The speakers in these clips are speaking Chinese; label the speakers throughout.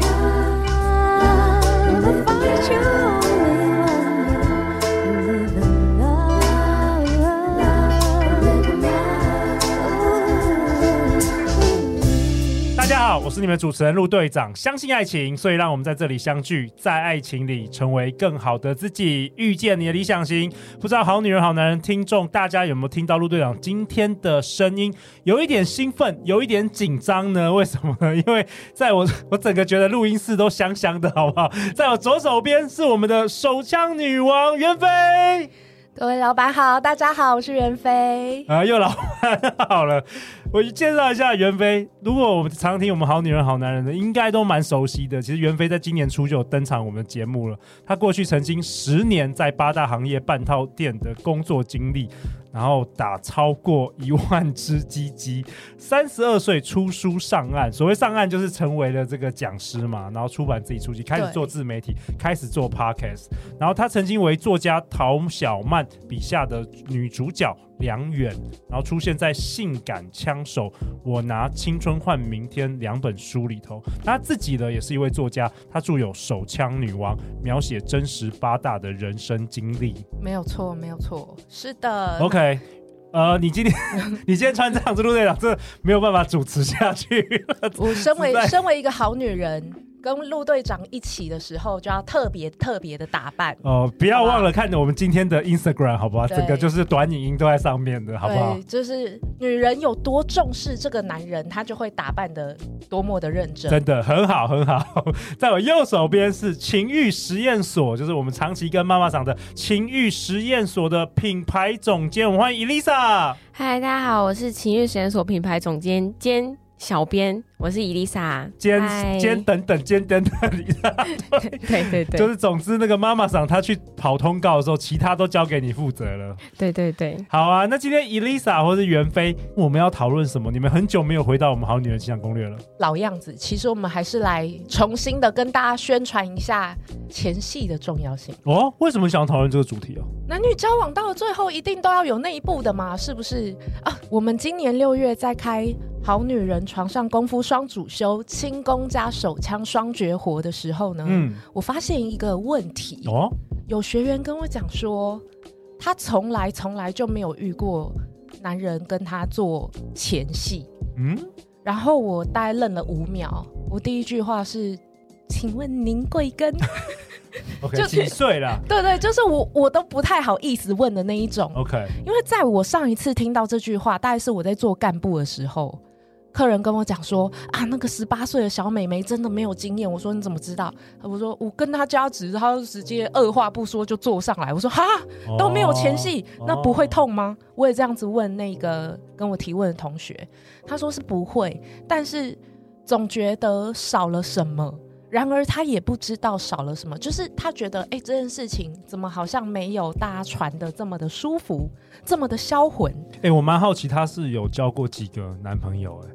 Speaker 1: Love, find you only one. Live in love, live in love.
Speaker 2: 大家好，我是你们主持人陆队长。相信爱情，所以让我们在这里相聚，在爱情里成为更好的自己，遇见你的理想型。不知道好女人、好男人听众，大家有没有听到陆队长今天的声音？有一点兴奋，有一点紧张呢？为什么 呢？因为在我我整个觉得录音室都香香的，好不好？在我左手边是我们的手枪女王袁飞。
Speaker 3: 各位老板好，大家好，我是袁飞。
Speaker 2: 啊，又老板好了，我介绍一下袁飞。如果我们常听我们好女人、好男人的，应该都蛮熟悉的。其实袁飞在今年初就有登场我们的节目了。他过去曾经十年在八大行业半套店的工作经历，然后打超过一万只鸡鸡。三十二岁出书上岸，所谓上岸就是成为了这个讲师嘛，然后出版自己出去，开始
Speaker 3: 对
Speaker 2: 做自媒体，开始做 podcast。然后他曾经为作家陶小曼笔下的女主角梁远，然后出现在《性感枪手》《我拿青春换明天》两本书里头。他自己呢也是一位作家，他著有《手枪女王》，描写真实八大的人生经历。
Speaker 3: 没有错，没有错，是的
Speaker 2: OK。呃，你今天 你今天穿这样子，陆队长，这没有办法主持下 去。
Speaker 3: 我身为
Speaker 2: 实在
Speaker 3: 身为一个好女人，跟陆队长一起的时候，就要特别特别的打扮，
Speaker 2: 哦，不要忘了看我们今天的 Instagram，好不好？
Speaker 3: 对
Speaker 2: 整个就是短影音都在上面的，好不好
Speaker 3: 对，？就是女人有多重视这个男人，她就会打扮的多么的认真。
Speaker 2: 真的很好，很好。 在我右手边是情欲实验所，就是我们长期跟妈妈厂的情欲实验所的品牌总监，我们欢迎 Elisa。
Speaker 4: 嗨，大家好，我是情欲实验所品牌总监兼小编，我是伊丽莎。
Speaker 2: 兼
Speaker 3: 哎
Speaker 4: 嗨
Speaker 2: 兼等等兼等等，
Speaker 4: 对对对，
Speaker 2: 就是总之那个妈妈桑她去跑通告的时候，其他都交给你负责了。
Speaker 4: 对对对，
Speaker 2: 好啊，那今天 Elisa 或是袁飞，我们要讨论什么？你们很久没有回到我们好女人情感攻略了。
Speaker 3: 老样子，其实我们还是来重新的跟大家宣传一下前戏的重要性。
Speaker 2: 哦，为什么想讨论这个主题哦？
Speaker 3: 男女交往到了最后，一定都要有那一步的嘛，是不是啊？我们今年六月在开《好女人床上功夫双主修》轻功加手枪双绝活的时候呢，
Speaker 2: 嗯，
Speaker 3: 我发现一个问题，
Speaker 2: 哦，
Speaker 3: 有学员跟我讲说，他从来从来就没有遇过男人跟他做前戏，
Speaker 2: 嗯，
Speaker 3: 然后我大概愣了五秒，我第一句话是：“请问您贵庚？”
Speaker 2: OK，
Speaker 3: 就
Speaker 2: 几岁啦
Speaker 3: 对对，就是我我都不太好意思问的那一种。
Speaker 2: ？OK，
Speaker 3: 因为在我上一次听到这句话，大概是我在做干部的时候，客人跟我讲说啊，那个十八岁的小美眉真的没有经验。我说你怎么知道？我说我跟她加值，她就直接二话不说就坐上来。我说哈，都没有前戏，
Speaker 2: 哦
Speaker 3: 那不会痛吗？我也这样子问那个跟我提问的同学，他说是不会，但是总觉得少了什么。然而他也不知道少了什么，就是他觉得，哎、这件事情怎么好像没有大家传的这么的舒服，这么的销魂？
Speaker 2: 哎、我蛮好奇他是有交过几个男朋友哎、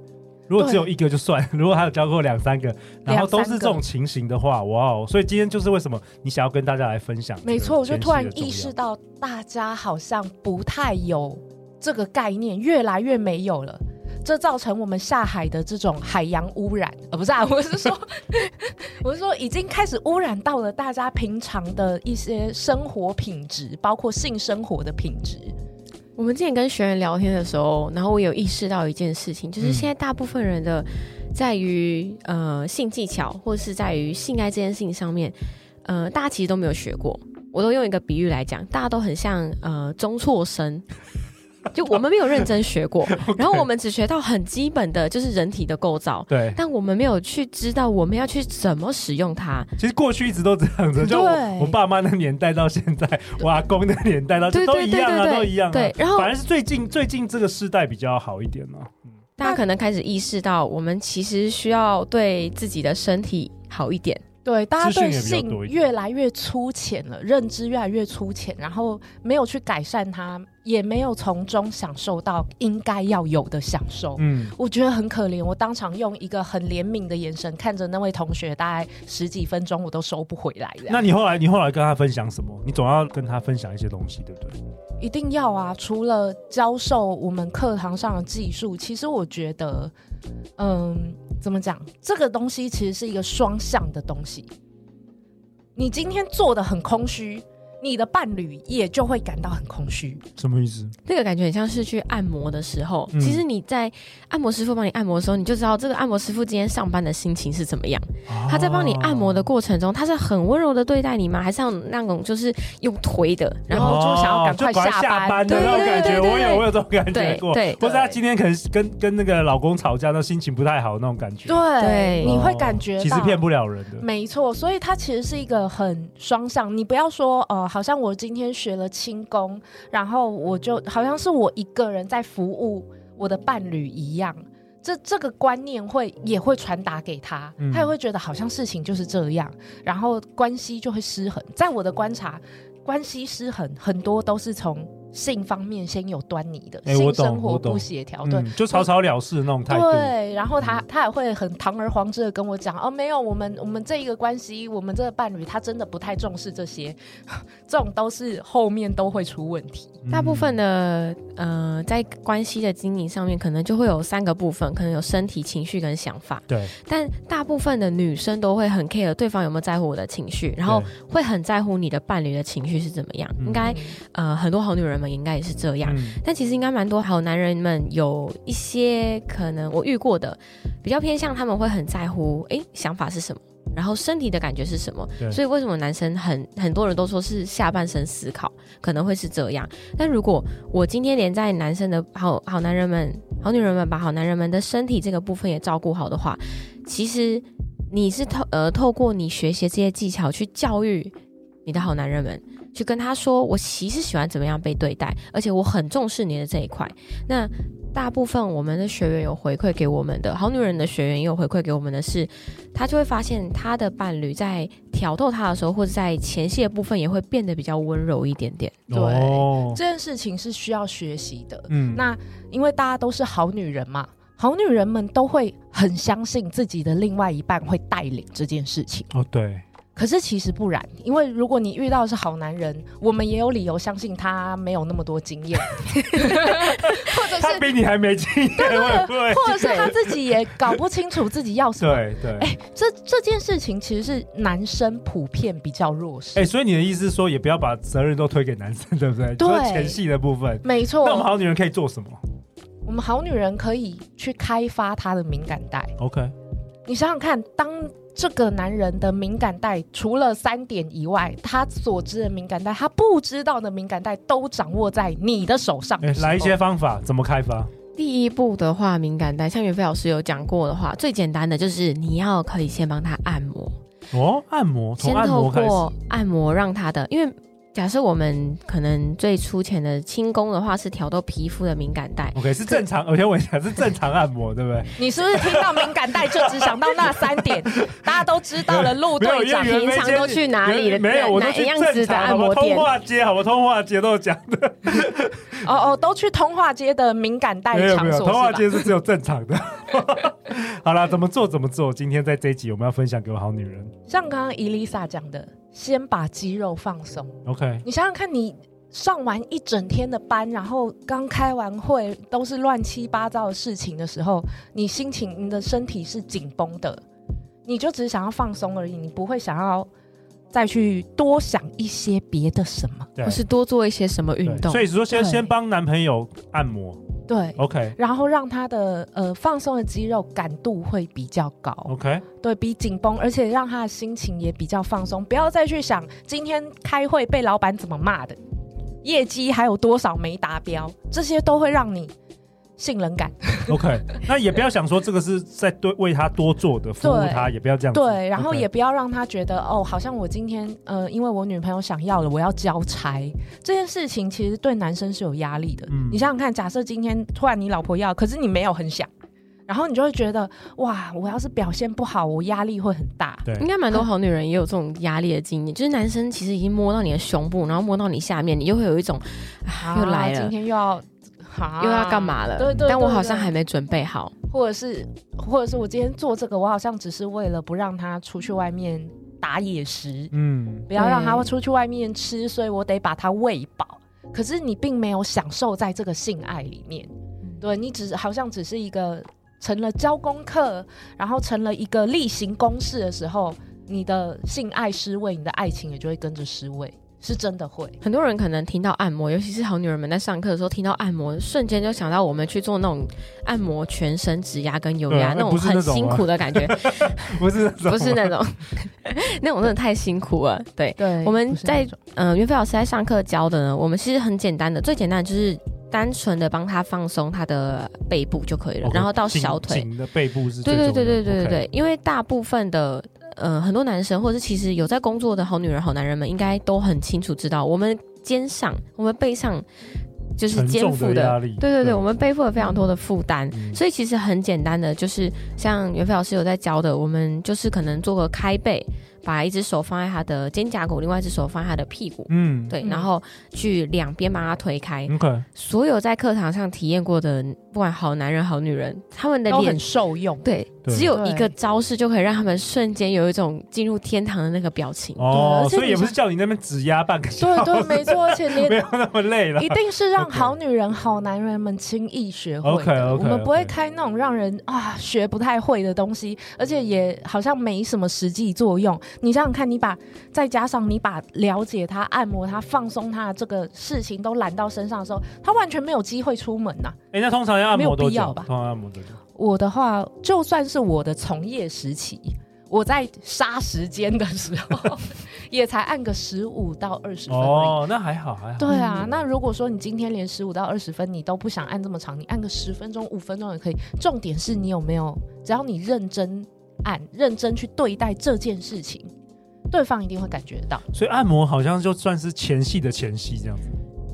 Speaker 2: 如果只有一个就算，如果还有交过两三个，然后都是这种情形的话，哇哦！所以今天就是为什么你想要跟大家来分享这个
Speaker 3: 没错，我就
Speaker 2: 前戏
Speaker 3: 突然
Speaker 2: 的重要
Speaker 3: 意识到，大家好像不太有这个概念，越来越没有了。这造成我们下海的这种海洋污染，呃，不是啊，我 是说，我是说，已经开始污染到了大家平常的一些生活品质，包括性生活的品质。
Speaker 4: 我们之前跟学员聊天的时候，然后我有意识到一件事情，就是
Speaker 2: 嗯
Speaker 4: 现在大部分人的在于呃性技巧或是在于性爱这件事情上面，呃，大家其实都没有学过。我都用一个比喻来讲，大家都很像呃中辍生。就我们没有认真 学过，然后我们只学到很基本的，就是人体的构造，
Speaker 2: 对。
Speaker 4: 但我们没有去知道我们要去怎么使用它。
Speaker 2: 其实过去一直都这样子，就我
Speaker 3: 对
Speaker 2: 我爸妈那年代到现在，我阿公那年代到现在
Speaker 4: 对
Speaker 2: 都
Speaker 4: 对
Speaker 2: 一
Speaker 4: 对
Speaker 2: 样啊，
Speaker 4: 对
Speaker 2: 都一样啊。
Speaker 4: 对然后
Speaker 2: 反而是最近最近这个世代比较好一点呢、
Speaker 4: 大家可能开始意识到，我们其实需要对自己的身体好一点。
Speaker 3: 对，大
Speaker 2: 资讯也
Speaker 3: 家对
Speaker 2: 比较多
Speaker 3: 性
Speaker 2: 一点
Speaker 3: 越来越粗浅了，认知越来越粗浅，然后没有去改善它也没有从中享受到应该要有的享受。
Speaker 2: 嗯，
Speaker 3: 我觉得很可怜，我当场用一个很怜悯的眼神看着那位同学，大概十几分钟我都收不回来这样
Speaker 2: 那你后来你后来跟他分享什么？你总要跟他分享一些东西，对不对？
Speaker 3: 一定要啊！除了教授我们课堂上的技术，其实我觉得，嗯，怎么讲，这个东西其实是一个双向的东西。你今天做的很空虚，你的伴侣也就会感到很空虚。
Speaker 2: 什么意思？
Speaker 4: 那个感觉很像是去按摩的时候，
Speaker 2: 嗯
Speaker 4: 其实你在按摩师傅帮你按摩的时候，你就知道这个按摩师傅今天上班的心情是怎么样。
Speaker 2: 哦
Speaker 4: 他在帮你按摩的过程中，他是很温柔的对待你吗？还是像那种就是用推的，然后就想要赶快
Speaker 2: 哦就赶
Speaker 4: 下班？
Speaker 2: 的那种感觉，我有我有这种感觉
Speaker 4: 对
Speaker 2: 过。
Speaker 4: 对
Speaker 2: 或者他今天可能是跟跟那个老公吵架，那心情不太好那种感觉。
Speaker 3: 对，
Speaker 4: 对
Speaker 3: 你会感觉
Speaker 2: 哦
Speaker 3: 到嗯
Speaker 2: 其实骗不了人的。
Speaker 3: 没错，所以它其实是一个很双向。你不要说，呃，好像我今天学了轻功，然后我就好像是我一个人在服务我的伴侣一样。这这个观念会也会传达给他
Speaker 2: 嗯，
Speaker 3: 他也会觉得好像事情就是这样，然后关系就会失衡。在我的观察，关系失衡很多都是从性方面先有端倪的，
Speaker 2: 哎我
Speaker 3: 性
Speaker 2: 懂
Speaker 3: 生活
Speaker 2: 我懂
Speaker 3: 不协调，
Speaker 2: 嗯
Speaker 3: 对，
Speaker 2: 就草草了事的那种态度。嗯
Speaker 3: 对，然后他他也会很堂而皇之的跟我讲，哦，没有，我们我们这一个关系，我们这个伴侣，他真的不太重视这些， 这种都是后面都会出问题。
Speaker 2: 嗯
Speaker 4: 大部分的呃，在关系的经营上面，可能就会有三个部分，可能有身体、情绪跟想法。
Speaker 2: 对，
Speaker 4: 但大部分的女生都会很 care 对方有没有在乎我的情绪，然后
Speaker 2: 对
Speaker 4: 会很在乎你的伴侣的情绪是怎么样。
Speaker 2: 嗯
Speaker 4: 应
Speaker 3: 哎
Speaker 4: 该呃，很多好女人们应该也是这样。
Speaker 2: 嗯
Speaker 4: 但其实应该蛮多好男人们有一些可能我遇过的，比较偏向他们会很在乎，诶，想法是什么，然后身体的感觉是什么
Speaker 2: 对。
Speaker 4: 所以为什么男生很很多人都说是下半身思考，可能会是这样。但如果我今天连在男生的好好男人们、好女人们把好男人们的身体这个部分也照顾好的话，其实你是透呃透过你学习这些技巧去教育你的好男人们，去跟他说，我其实喜欢怎么样被对待，而且我很重视你的这一块。那大部分我们的学员有回馈给我们的好女人的学员也有回馈给我们的是，他就会发现他的伴侣在挑逗他的时候，或者在前戏的部分也会变得比较温柔一点点。
Speaker 3: 对
Speaker 2: 哦，
Speaker 3: 这件事情是需要学习的。
Speaker 2: 嗯
Speaker 3: 那因为大家都是好女人嘛，好女人们都会很相信自己的另外一半会带领这件事情。
Speaker 2: 哦对，
Speaker 3: 可是其实不然，因为如果你遇到的是好男人，我们也有理由相信他没有那么多 经验，或者
Speaker 2: 他
Speaker 3: 是
Speaker 2: 比你还没经验，会不会？
Speaker 3: 或者是他自己也搞不清楚自己要什么。
Speaker 2: 对对，哎、
Speaker 3: 这这件事情其实是男生普遍比较弱势。
Speaker 2: 哎所以你的意思是说，也不要把责任都推给男生，对不对？
Speaker 3: 对
Speaker 2: 就是前戏的部分。
Speaker 3: 没错
Speaker 2: 那我，们好女人可以做什么
Speaker 3: 我们好女人可以去开发她的敏感带。
Speaker 2: ？OK，
Speaker 3: 你想想看，当这个男人的敏感带除了三点以外，他所知的敏感带，他不知道的敏感带都掌握在你的手上
Speaker 2: 哎、
Speaker 3: 的时候
Speaker 2: 来一些方法，怎么开发？
Speaker 4: 第一步的话，敏感带，像袁飞老师有讲过的话，最简单的就是你要可以先帮他按摩，
Speaker 2: 哦，按摩，从
Speaker 4: 先
Speaker 2: 按
Speaker 4: 透
Speaker 2: 摩开始。
Speaker 4: 过按摩让他的，因为假设我们可能最粗浅的轻功的话是挑逗皮肤的敏感带，
Speaker 2: OK，是正常。我先问一下，是正常按摩，对不 对？
Speaker 3: 你是不是听到敏感带就只想到那三 点？大家都知道了，陆
Speaker 2: 没有
Speaker 3: 队
Speaker 2: 因为
Speaker 3: 长
Speaker 2: 原
Speaker 4: 平常都去哪里的？
Speaker 2: 没有，我都
Speaker 4: 哪
Speaker 2: 去
Speaker 4: 样
Speaker 2: 正
Speaker 4: 子的
Speaker 2: 常
Speaker 4: 按摩
Speaker 2: 好吧
Speaker 4: 店
Speaker 2: 通？化街，好吧，通化街都有讲的，
Speaker 3: 哦哦，都去通化街的敏感带
Speaker 2: 没有没
Speaker 3: 场
Speaker 2: 有，
Speaker 3: 所
Speaker 2: 通化
Speaker 3: 是吧？
Speaker 2: 街是只有正常的。 好啦，怎么做怎么做？今天在这一集我们要分享给我好女人。
Speaker 3: 像刚刚伊丽莎讲的，先把肌肉放松。
Speaker 2: OK，
Speaker 3: 你想想看，你上完一整天的班，然后刚开完会，都是乱七八糟的事情的时候，你心情、你的身体是紧绷的，你就只想要放松而已，你不会想要再去多想一些别的什么。
Speaker 2: 对
Speaker 4: 或是多做一些什么运
Speaker 2: 对
Speaker 4: 动？
Speaker 2: 所以说先
Speaker 3: 对
Speaker 2: 先帮男朋友按摩。
Speaker 3: 对。
Speaker 2: OK
Speaker 3: 然后让他的呃放松的肌肉感度会比较高，
Speaker 2: OK，
Speaker 3: 对比紧绷，而且让他的心情也比较放松，不要再去想今天开会被老板怎么骂的，业绩还有多少没达标，这些都会让你信任感。
Speaker 2: OK，那也不要想说这个是在对为他多做的服务
Speaker 3: 对
Speaker 2: 他，也不要这样子。
Speaker 3: 对，然后
Speaker 2: OK
Speaker 3: 也不要让他觉得哦，好像我今天呃，因为我女朋友想要了，我要交差这件事情，其实对男生是有压力的。
Speaker 2: 嗯
Speaker 3: 你想想看，假设今天突然你老婆要，可是你没有很想，然后你就会觉得哇，我要是表现不好，我压力会很大。
Speaker 2: 对
Speaker 4: 应该蛮多好女人也有这种压力的经验，就是男生其实已经摸到你的胸部，然后摸到你下面，你就会有一种啊又来
Speaker 3: 啊今
Speaker 4: 了，
Speaker 3: 天又要、啊
Speaker 4: 又要干嘛了？
Speaker 3: 对对对
Speaker 4: 但我好
Speaker 3: 对
Speaker 4: 像还没准备好。
Speaker 3: 或者是或者是我今天做这个，我好像只是为了不让他出去外面打野食，
Speaker 2: 嗯，
Speaker 3: 不要让他
Speaker 4: 对
Speaker 3: 出去外面吃，所以我得把他喂饱。可是你并没有享受在这个性爱里面，对你只是好像只是一个成了交功课，然后成了一个例行公事的时候，你的性爱失位，你的爱情也就会跟着失位，是真的会。
Speaker 4: 很多人可能听到按摩，尤其是好女人们在上课的时候听到按摩，瞬间就想到我们去做那种按摩全身指压跟油压、
Speaker 2: 对啊
Speaker 4: 那种
Speaker 2: 不是那
Speaker 4: 很
Speaker 2: 种
Speaker 4: 辛
Speaker 2: 吗
Speaker 4: 苦的感觉，
Speaker 2: 不 是那种，
Speaker 4: 不是那种， 那种真的太辛苦了。对，
Speaker 3: 对
Speaker 4: 我们
Speaker 3: 不是
Speaker 4: 在
Speaker 3: 那种
Speaker 4: 嗯，袁飞老师在上课教的呢，我们其实很简单的，最简单的就是单纯的帮他放松他的背部就可以了，然后 到小腿，
Speaker 2: 颈的背部是哦最
Speaker 4: 对对对
Speaker 2: 重要的
Speaker 4: 对对对
Speaker 2: OK
Speaker 4: 对，因为大部分的呃很多男生，或者是其实有在工作的好女人、好男人们，应该都很清楚知道，我们肩上、我们背上就是
Speaker 2: 沉
Speaker 4: 肩
Speaker 2: 重
Speaker 4: 负
Speaker 2: 的压力，
Speaker 4: 对对对，我们背负了非常多的负担，
Speaker 2: 嗯
Speaker 4: 所以其实很简单的，就是像袁飞老师有在教的，我们就是可能做个开背，把一只手放在他的肩胛骨，另外一只手放在他的屁股，
Speaker 2: 嗯，
Speaker 4: 对，
Speaker 3: 嗯
Speaker 4: 然后去两边把它推开。
Speaker 2: ，OK，
Speaker 4: 所有在课堂上体验过的，不管好男人好女人，他们的
Speaker 3: 都
Speaker 4: 脸
Speaker 3: 很受用。
Speaker 4: 对，
Speaker 2: 对
Speaker 4: 只有一个
Speaker 3: 对
Speaker 4: 招式就可以让他们瞬间有一种进入天堂的那个表情。
Speaker 2: 哦
Speaker 3: 而，且
Speaker 2: 所以也
Speaker 3: 你
Speaker 2: 不是
Speaker 3: 想
Speaker 2: 叫你那边指压半个小
Speaker 3: 对对，没错，而且 连
Speaker 2: 没有那么累了
Speaker 3: 一，定是让
Speaker 2: OK
Speaker 3: 好女人、好男人们轻易学会的。
Speaker 2: OK，OK，OK
Speaker 3: 我们不会开那种让人啊学不太会的东西，而且也好像没什么实际作用。你想想看，你把再加上你把了解他、按摩他、放松他的这个事情都揽到身上的时候，他完全没有机会出门呐、
Speaker 2: 哎，那通常要按
Speaker 3: 没有
Speaker 2: 摩多
Speaker 3: 必
Speaker 2: 久
Speaker 3: 要？吧
Speaker 2: 通常按摩多久？
Speaker 3: 我的话，就算是我的从业时期，我在杀时间的时候， 也才按个十五到二十分而已。
Speaker 2: 哦，那还好还好，
Speaker 3: 对啊，那如果说你今天连十五到二十分你都不想按这么长，你按个十分钟、五分钟也可以。重点是你有没有，只要你认真按、认真去对待这件事情，对方一定会感觉到。
Speaker 2: 所以按摩好像就算是前戏的前戏这样子，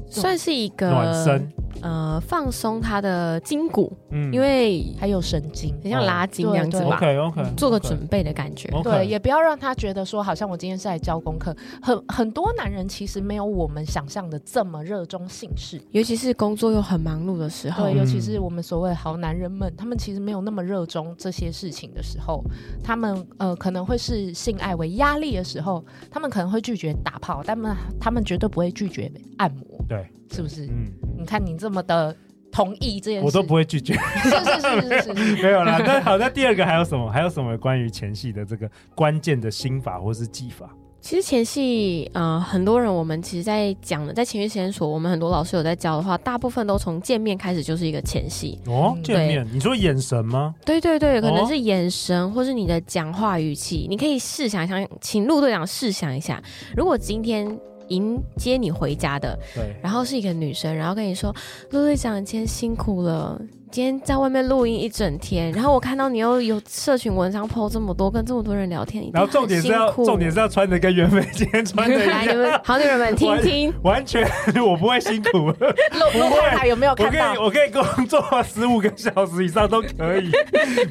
Speaker 4: 算是一
Speaker 2: 暖
Speaker 4: 个
Speaker 2: 身，
Speaker 4: 呃放松他的筋骨，
Speaker 2: 嗯
Speaker 4: 因为
Speaker 3: 还有神经，
Speaker 4: 很像拉筋那样子
Speaker 3: 对
Speaker 4: 嘛，
Speaker 2: OK OK，
Speaker 4: 嗯做个准备的感觉。
Speaker 2: OK，
Speaker 3: 对，也不要让他觉得说好像我今天是来教功课。很很多男人其实没有我们想象的这么热衷性事，
Speaker 4: 尤其是工作又很忙碌的时候
Speaker 3: 对，，尤其
Speaker 2: 嗯
Speaker 3: 是我们所谓好男人们，他们其实没有那么热衷这些事情的时候，他们呃可能会视性爱为压力的时候，他们可能会拒绝打炮，但他们他们绝对不会拒绝按摩，
Speaker 2: 对，
Speaker 3: 是不是？
Speaker 2: 嗯，
Speaker 3: 你看你这么的同意这件事，
Speaker 2: 我都不会拒绝。
Speaker 3: 是是是是是是，
Speaker 2: 没有啦，那好，那第二个还有什么？还有什么关于前戏的这个关键的心法或是技法？
Speaker 4: 其实前戏，呃，很多人我们其实，在讲的，在情绪实验所，我们很多老师有在教的话，大部分都从见面开始就是一个前戏。
Speaker 2: 哦，
Speaker 3: 嗯
Speaker 2: 见面，你说眼神吗？
Speaker 4: 对对对，可
Speaker 2: 哦
Speaker 4: 能是眼神、或是你的讲话语气，你可以试想一想，请陆队长试想一下，如果今天迎接你回家的，
Speaker 2: 对，
Speaker 4: 然后是一个女生，然后跟你说，陆队长今天辛苦了。今天在外面录音一整天，然后我看到你又有社群文章 PO 这么多，跟这么多人聊天，一定
Speaker 2: 然后重
Speaker 4: 很
Speaker 2: 点是
Speaker 4: 辛
Speaker 2: 要，
Speaker 4: 苦
Speaker 2: 重点是要穿的跟袁飞今 天 穿的一
Speaker 4: 来，你
Speaker 2: 样，
Speaker 4: 们好女人们听
Speaker 2: 完
Speaker 4: 听，
Speaker 2: 完全我不会辛苦，
Speaker 3: 陆陆队长有没有
Speaker 2: 我
Speaker 3: 看
Speaker 2: 可以
Speaker 3: 到？
Speaker 2: 我可以工作十五个小时以上都可以，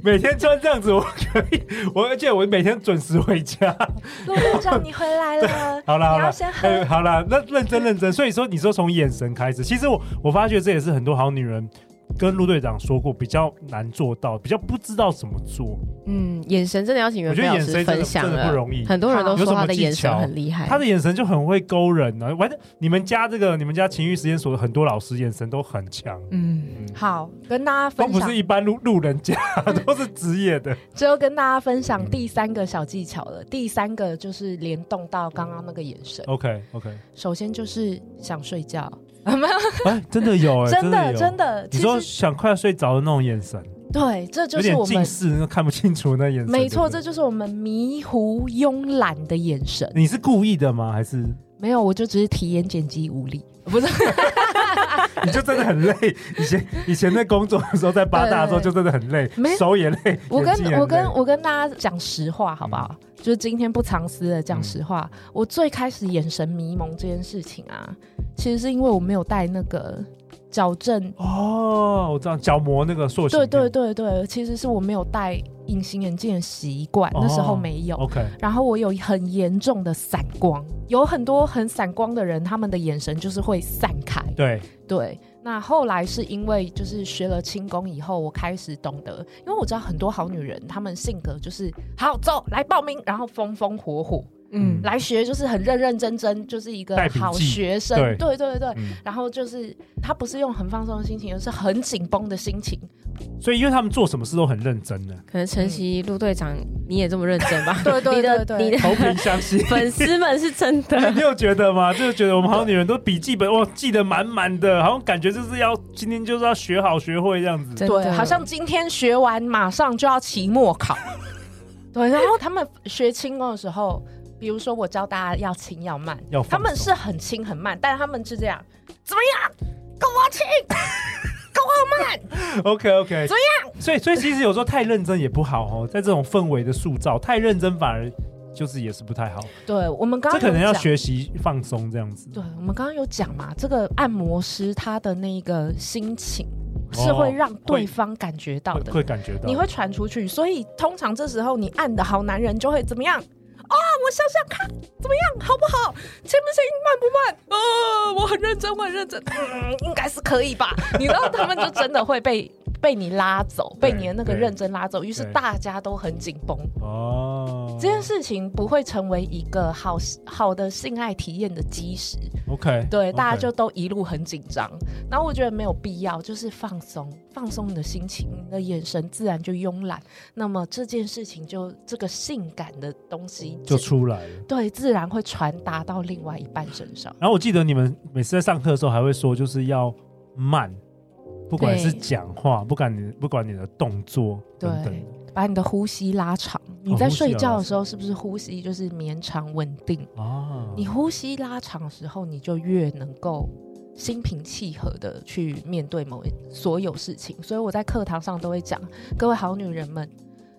Speaker 2: 每天穿这样子我可以，我而且我每天准时回家。，
Speaker 3: 陆队长你回来了
Speaker 2: 好啦好
Speaker 3: 你
Speaker 2: 啦
Speaker 3: 要先，喝
Speaker 2: 哎，好啦，那认真认真。所以说，你说从眼神开始，其实我我发觉这也是很多好女人跟陆队长说过比较难做到，比较不知道怎么做。
Speaker 4: 嗯，眼神真的要请袁
Speaker 2: 我觉
Speaker 4: 飞
Speaker 2: 得
Speaker 4: 老
Speaker 2: 眼神
Speaker 4: 师
Speaker 2: 真的
Speaker 4: 分享
Speaker 2: 真的不
Speaker 4: 了，
Speaker 2: 容易，
Speaker 4: 很多人都
Speaker 2: 有
Speaker 4: 说
Speaker 2: 什么
Speaker 4: 他的
Speaker 2: 技
Speaker 4: 眼神
Speaker 2: 巧
Speaker 4: 很厉害，
Speaker 2: 他的眼神就很会勾人呢、完正你们家这个你们家情欲实验所的很多老师眼神都很强。
Speaker 4: 嗯。
Speaker 3: 好，跟大家
Speaker 2: 都
Speaker 3: 分
Speaker 2: 不
Speaker 3: 享
Speaker 2: 是一般路路人 甲，都是职业的。
Speaker 3: 最后跟大家分享第三个小技巧了。第三个就是联动到刚刚那个眼神，
Speaker 2: OK OK，
Speaker 3: 首先就是想睡觉，
Speaker 2: 哎，真的有哎，
Speaker 3: 真的
Speaker 2: 有
Speaker 3: 真。的，
Speaker 2: 你
Speaker 3: 其
Speaker 2: 说
Speaker 3: 实
Speaker 2: 想快睡着的那种眼神，
Speaker 3: 对，这就
Speaker 2: 有
Speaker 3: 是
Speaker 2: 点
Speaker 3: 我
Speaker 2: 近
Speaker 3: 们
Speaker 2: 视那看不清楚那眼神。
Speaker 3: 没错，
Speaker 2: 对
Speaker 3: 这
Speaker 2: 不
Speaker 3: 就是我们迷糊慵懒的眼神。
Speaker 2: 对你是故意的吗？还是
Speaker 3: 没有，我就只是体验剪辑无力，不是
Speaker 2: 你就真的很累？以前以前在工作的时候，在八大的时候
Speaker 3: 对对
Speaker 2: 就真的很累
Speaker 3: 没，有
Speaker 2: 手也累。
Speaker 3: 我
Speaker 2: 眼睛也
Speaker 3: 跟
Speaker 2: 累
Speaker 3: 我跟我跟大家讲实话，好不好？
Speaker 2: 嗯
Speaker 3: 就是今天不藏私的讲实话，我最开始眼神迷蒙这件事情啊，其实是因为我没有戴那个。矫正。
Speaker 2: 哦，我知道角膜那个塑形
Speaker 3: 对
Speaker 2: 片，
Speaker 3: 对对对，其实是我没有戴隐形眼镜的习惯，那时候
Speaker 2: 哦
Speaker 3: 没有。
Speaker 2: ，OK，
Speaker 3: 然后我有很严重的散光，有很多很散光的人，他们的眼神就是会散开。
Speaker 2: 对，
Speaker 3: 对，那后来是因为就是学了轻功以后，我开始懂得，因为我知道很多好女人，她们性格就是好走来报名，然后风风火火
Speaker 4: 嗯，
Speaker 3: 来学，就是很认认真真，就是一个
Speaker 2: 带笔
Speaker 3: 好
Speaker 2: 记
Speaker 3: 学生。
Speaker 2: 对
Speaker 3: 对对对
Speaker 2: 嗯
Speaker 3: 然后就是她不是用很放松的心情，而是很紧绷的心情。
Speaker 2: 所以因为他们做什么事都很认 真的，
Speaker 4: 可能晨曦陆队长你也这么认真 吧？
Speaker 3: 对对
Speaker 4: 你的
Speaker 3: 对对
Speaker 4: 你 的
Speaker 2: 头皮相吸。
Speaker 4: 粉丝们是真 的
Speaker 2: 你有觉得吗？就是觉得我们好像女人都笔记本哇记得满满的，好像感觉就是要今天就是要学好学会这样子。
Speaker 4: 真的
Speaker 3: 对，好像今天学完马上就要期末考。 对，然后他们学轻功的时候，比如说我教大家要轻要慢，
Speaker 2: 要放
Speaker 3: 他们
Speaker 2: 手
Speaker 3: 是很轻很慢，但他们是这样，怎么样？跟我轻，跟我慢。
Speaker 2: OK OK，怎么样？所以所以其实有时候太认真也不好哦，在这种氛围的塑造，太认真反而就是也是不太好。
Speaker 3: 对，我们刚
Speaker 2: 这
Speaker 3: 刚
Speaker 2: 可能
Speaker 3: 有
Speaker 2: 要
Speaker 3: 讲。
Speaker 2: 学习放松这样子。
Speaker 3: 对，我们刚刚有讲嘛，这个按摩师他的那个心情
Speaker 2: 哦
Speaker 3: 是会让对方感觉到
Speaker 2: 会
Speaker 3: 的，
Speaker 2: 会感觉到
Speaker 3: 你会传出去，所以通常这时候你按的好男人就会怎么样？啊，我想想看，怎么样，好不好？轻不轻，慢不慢？呃，我很认真，我很认真，嗯，应该是可以吧？你知道他们就真的会被 被你拉走，
Speaker 2: 对
Speaker 3: 被你的那个认真拉走，于是
Speaker 2: 对
Speaker 3: 大家都很紧绷。
Speaker 2: 哦，
Speaker 3: 这件事情不会成为一个好好的性爱体验的基石，
Speaker 2: OK，
Speaker 3: 对
Speaker 2: OK
Speaker 3: 大家就都一路很紧张。然后我觉得没有必要，就是放松，放松你的心情，你的眼神自然就慵懒。那么这件事情就这个性感的东西
Speaker 2: 就出来了。
Speaker 3: 嗯对，自然会传达到另外一半身上。
Speaker 2: 然后我记得你们每次在上课的时候还会说，就是要慢，不管
Speaker 3: 对
Speaker 2: 是讲话，不管你不管你的动作等等的。
Speaker 3: 把你的呼吸拉长，你
Speaker 2: 哦
Speaker 3: 在
Speaker 2: 呼吸
Speaker 3: 睡
Speaker 2: 要拉
Speaker 3: 觉的
Speaker 2: 长
Speaker 3: 时候是不是呼吸就是绵长稳定？
Speaker 2: 哦，
Speaker 3: 你呼吸拉长的时候，你就越能够心平气和的去面对某一所有事情。所以我在课堂上都会讲，各位好女人们，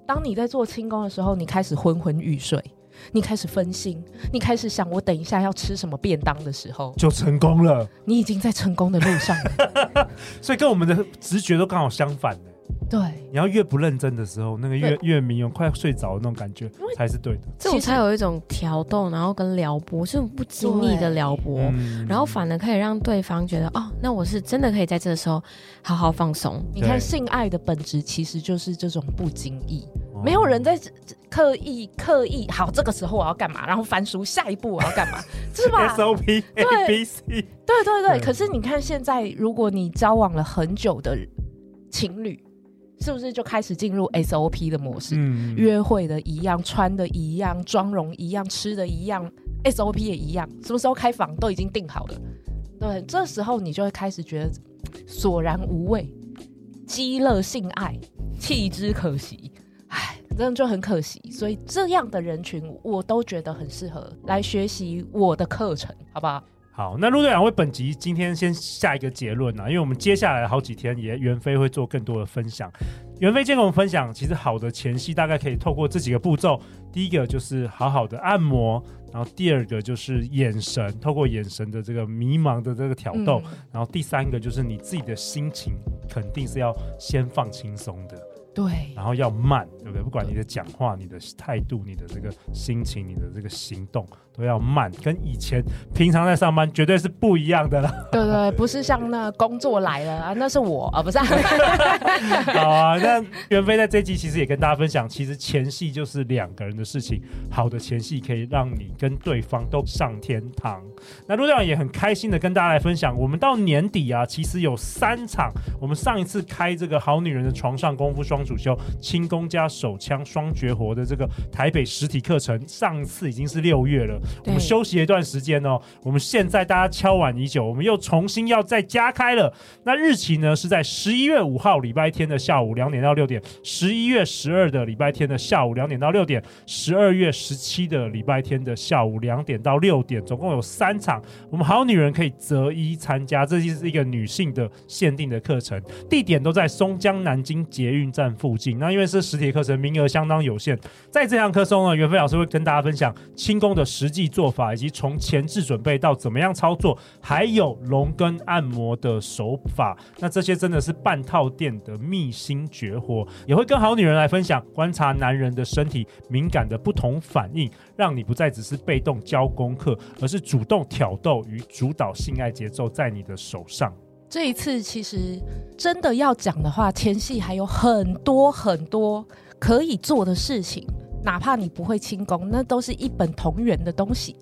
Speaker 3: 当你在做轻功的时候，你开始昏昏欲睡，你开始分心，你开始想我等一下要吃什么便当的时候，
Speaker 2: 就成功了，
Speaker 3: 你已经在成功的路上了。
Speaker 2: 所以跟我们的直觉都刚好相反的。
Speaker 3: 对，
Speaker 2: 你要越不认真的时候，那个越越迷人，快睡着的那种感觉才是对的。
Speaker 4: 这种才有一种调动，然后跟撩拨，这种不经意的撩拨，
Speaker 2: 嗯
Speaker 4: 然后反而可以让对方觉得哦，那我是真的可以在这时候好好放松。
Speaker 3: 你看
Speaker 2: 对
Speaker 3: 性爱的本质其实就是这种不经意。
Speaker 2: 哦
Speaker 3: 没有人在这这刻意刻意，好，这个时候我要干嘛？然后翻书，下一步我要干嘛？ 是吧？
Speaker 2: SOP
Speaker 3: 对
Speaker 2: A B C
Speaker 3: 对对
Speaker 2: 对
Speaker 3: 对。可是你看，现在如果你交往了很久的情侣，是不是就开始进入 SOP 的模式？
Speaker 2: 嗯
Speaker 3: 约会的一样，穿的一样，妆容一样，吃的一样，SOP 也一样，什么时候开房都已经定好了。对，这时候你就会开始觉得索然无味，激乐性爱，弃之可惜。唉，真的就很可惜。所以这样的人群，我都觉得很适合来学习我的课程，好不好？
Speaker 2: 好，那陆队长为本集今天先下一个结论啊，因为我们接下来好几天也袁飞会做更多的分享。袁飞今天跟我们分享，其实好的前戏大概可以透过这几个步骤，第一个就是好好的按摩，然后第二个就是眼神，透过眼神的这个迷茫的这个挑逗，
Speaker 3: 嗯
Speaker 2: 然后第三个就是你自己的心情肯定是要先放轻松的，
Speaker 3: 对
Speaker 2: 然后要慢，对不对？不管你的讲话、你的态度、你的这个心情、你的这个行动，都要慢，跟以前平常在上班绝对是不一样的 啦。
Speaker 3: 对对，不是像那工作来了啊，那是我啊，不是啊、
Speaker 2: 好啊，那袁飞在这一集其实也跟大家分享，其实前戏就是两个人的事情，好的前戏可以让你跟对方都上天堂。那陆队长也很开心的跟大家来分享，我们到年底啊，其实有三场，我们上一次开这个好女人的床上功夫双主修，轻功加手枪双绝活的这个台北实体课程，上次已经是六月了，我们休息了一段时间哦。我们现在大家敲碗已久，我们又重新要再加开了。那日期呢是在十一月五号礼拜天的下午两点到六点，十一月十二的礼拜天的下午两点到六点，十二月十七的礼拜天的下午两点到六点，总共有三场。我们好女人可以择一参加，这就是一个女性的限定的课程，地点都在松江南京捷运站站附近。那因为是实体课程，名额相当有限，在这堂课中呢，袁飞老师会跟大家分享轻功的实际做法，以及从前置准备到怎么样操作，还有龙根按摩的手法。那这些真的是半套店的秘辛绝活，也会跟好女人来分享观察男人的身体敏感的不同反应，让你不再只是被动交功课，而是主动挑逗与主导性爱节奏在你的手上。
Speaker 3: 这一次其实真的要讲的话，前戏还有很多很多可以做的事情，哪怕你不会轻功，那都是一本同源的东西。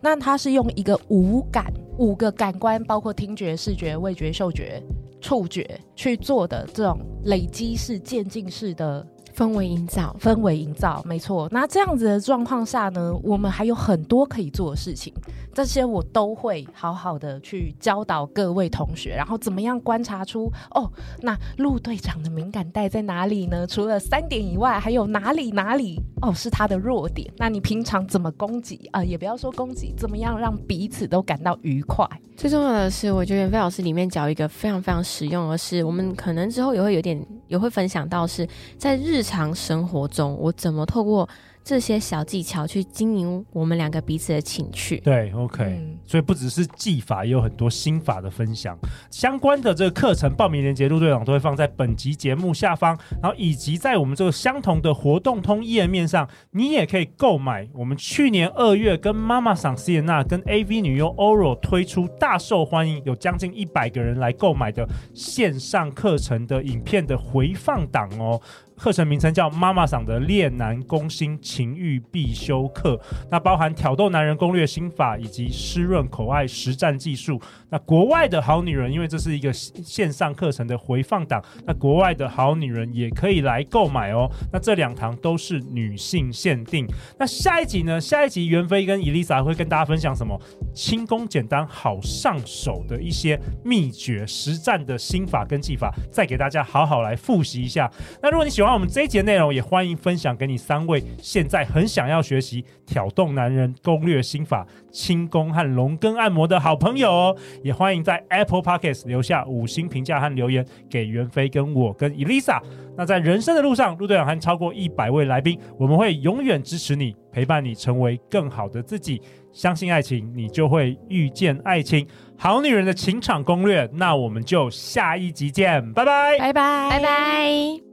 Speaker 3: 那它是用一个五感、五个感官，包括听觉、视觉、味觉、嗅觉、触觉去做的这种累积式、渐进式的
Speaker 4: 氛围营造，
Speaker 3: 氛围营造，没错。那这样子的状况下呢，我们还有很多可以做的事情，这些我都会好好的去教导各位同学，然后怎么样观察出哦，那陆队长的敏感带在哪里呢？除了三点以外，还有哪里哪里哦是他的弱点？那你平常怎么攻击啊、呃也不要说攻击，怎么样让彼此都感到愉快？
Speaker 4: 最重要的是，我觉得袁飞老师里面讲一个非常非常实用的是，我们可能之后也会有点也会分享到是，在日常生活中，我怎么透过这些小技巧去经营我们两个彼此的情趣。
Speaker 2: 对，OK，、
Speaker 3: 嗯
Speaker 2: 所以不只是技法，也有很多心法的分享。相关的这个课程报名链接，陆队长都会放在本集节目下方，然后以及在我们这个相同的活动通页面上，你也可以购买我们去年二月跟妈妈桑斯妍娜跟 AV 女优 Oro 推出大受欢迎，有将近一百个人来购买的线上课程的影片的回放档哦。课程名称叫“妈妈桑的恋男攻心情欲必修课”，那包含挑逗男人攻略心法以及湿润口爱实战技术。那国外的好女人，因为这是一个线上课程的回放档，那国外的好女人也可以来购买哦。那这两堂都是女性限定。那下一集呢？下一集袁飞跟伊丽莎会跟大家分享什么轻功简单好上手的一些秘诀、实战的心法跟技法，再给大家好好来复习一下。那如果你喜欢我们这一节内容，也欢迎分享给你三位现在很想要学习挑动男人攻略心法、轻功和龙根按摩的好朋友哦。也欢迎在 Apple Podcast 留下五星评价和留言给袁飞、跟我、跟 Elisa。那在人生的路上，陆队长和超过一百位来宾，我们会永远支持你，陪伴你成为更好的自己。相信爱情，你就会遇见爱情。好女人的情场攻略，那我们就下一集见，拜拜。
Speaker 4: 拜拜，拜拜。